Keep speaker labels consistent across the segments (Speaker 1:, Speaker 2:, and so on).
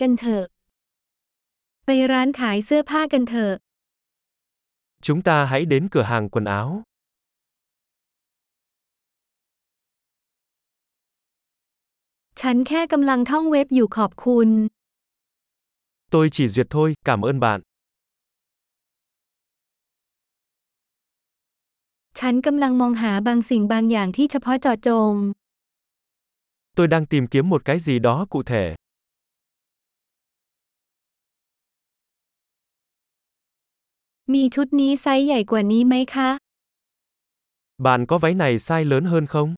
Speaker 1: กันเถอะ ไปร้านขายเสื้อผ้ากันเถอะ
Speaker 2: Chúng ta hãy đến cửa hàng quần áo.
Speaker 1: ฉันแค่กำลังท่องเว็บอยู่ขอบคุณ
Speaker 2: Tôi chỉ duyệt thôi, cảm ơn bạn.
Speaker 1: ฉันกำลังมองหาบางสิ่งบางอย่างที่เฉพาะเจาะจง
Speaker 2: Tôi đang tìm kiếm một cái gì đó cụ thể.
Speaker 1: มีชุดนี้ไซส์ใหญ่กว่านี้ไหมคะ
Speaker 2: Bạn có váy này size lớn hơn không?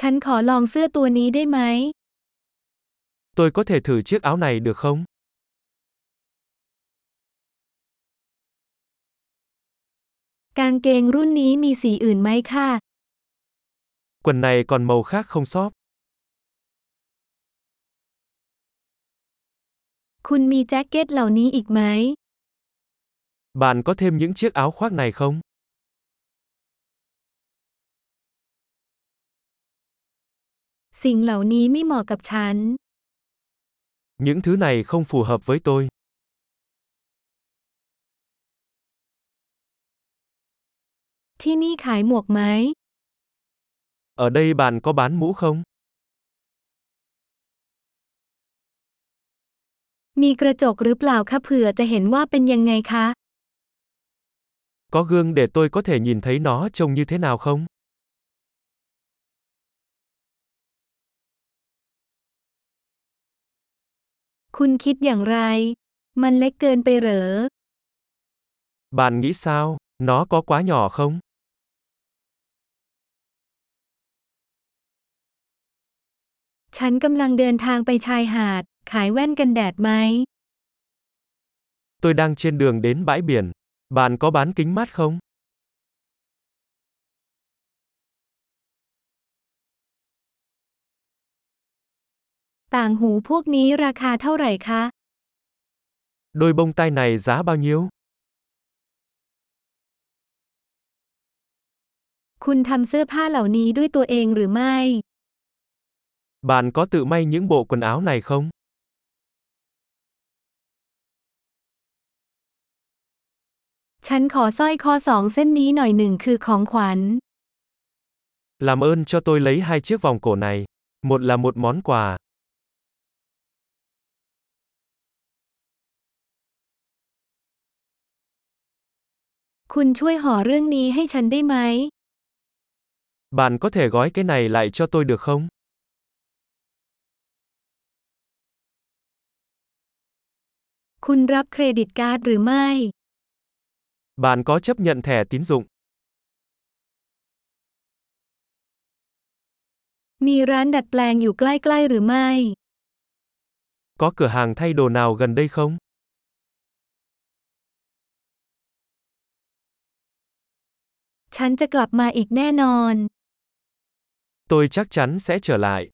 Speaker 1: ฉันขอลองเสื้อตัวนี้ได้ไหม
Speaker 2: Tôi có thể thử chiếc áo này được không?
Speaker 1: กางเกงรุ่นนี้มีสีอื่นไหมคะ
Speaker 2: Quần này còn màu khác không shop?
Speaker 1: คุณมีแจ็คเก็ตเหล่านี้อีกไหม
Speaker 2: Bạn có thêm những chiếc áo khoác này không?
Speaker 1: สิ่งเหล่านี้ไม่เหมาะกับฉัน
Speaker 2: Những thứ này không phù hợp với tôi.
Speaker 1: ที่นี่ขายหมวกไหม
Speaker 2: Ở đây bạn có bán mũ không?
Speaker 1: มีกระจกหรือเปล่าคะเผื่อจะเห็นว่าเป็นยังไงคะ
Speaker 2: Có gương để tôi có thể nhìn thấy nó trông như thế nào không?
Speaker 1: คุณคิดอย่างไร มันเล็กเกินไปเหรอ
Speaker 2: Bạn nghĩ sao? Nó có quá nhỏ không?
Speaker 1: ฉันกำลังเดินทางไปชายหาด ขายแว่นกันแดดไหม
Speaker 2: Tôi đang trên đường đến bãi biển. Bạn có bán kính mát không?
Speaker 1: ต่างหูพวกนี้ราคาเท่าไหร่คะ
Speaker 2: Đôi bông tai này giá bao nhiêu?
Speaker 1: คุณทำเสื้อผ้าเหล่านี้ด้วยตัวเองหรือไม่
Speaker 2: Bạn có tự may những bộ quần áo này không?
Speaker 1: ฉันขอสร้อยคอสองเส้นนี้หน่อยหนึ่งคือของขวัญ
Speaker 2: Làm ơn cho tôi lấy hai chiếc vòng cổ này. Một là một món quà.
Speaker 1: คุณช่วยห่อเรื่องนี้ให้ฉันได้ไหม
Speaker 2: Bạn có thể gói cái này lại cho tôi được không?
Speaker 1: คุณรับเครดิตการ์ดหรือไม่
Speaker 2: Bạn có chấp nhận thẻ tín dụng?
Speaker 1: มีร้านดัดแปลงอยู่ใกล้ๆหรือไม่
Speaker 2: Có cửa hàng thay đồ nào gần đây không?
Speaker 1: ฉันจะกลับมาอีกแน่นอน
Speaker 2: Tôi chắc chắn sẽ trở lại.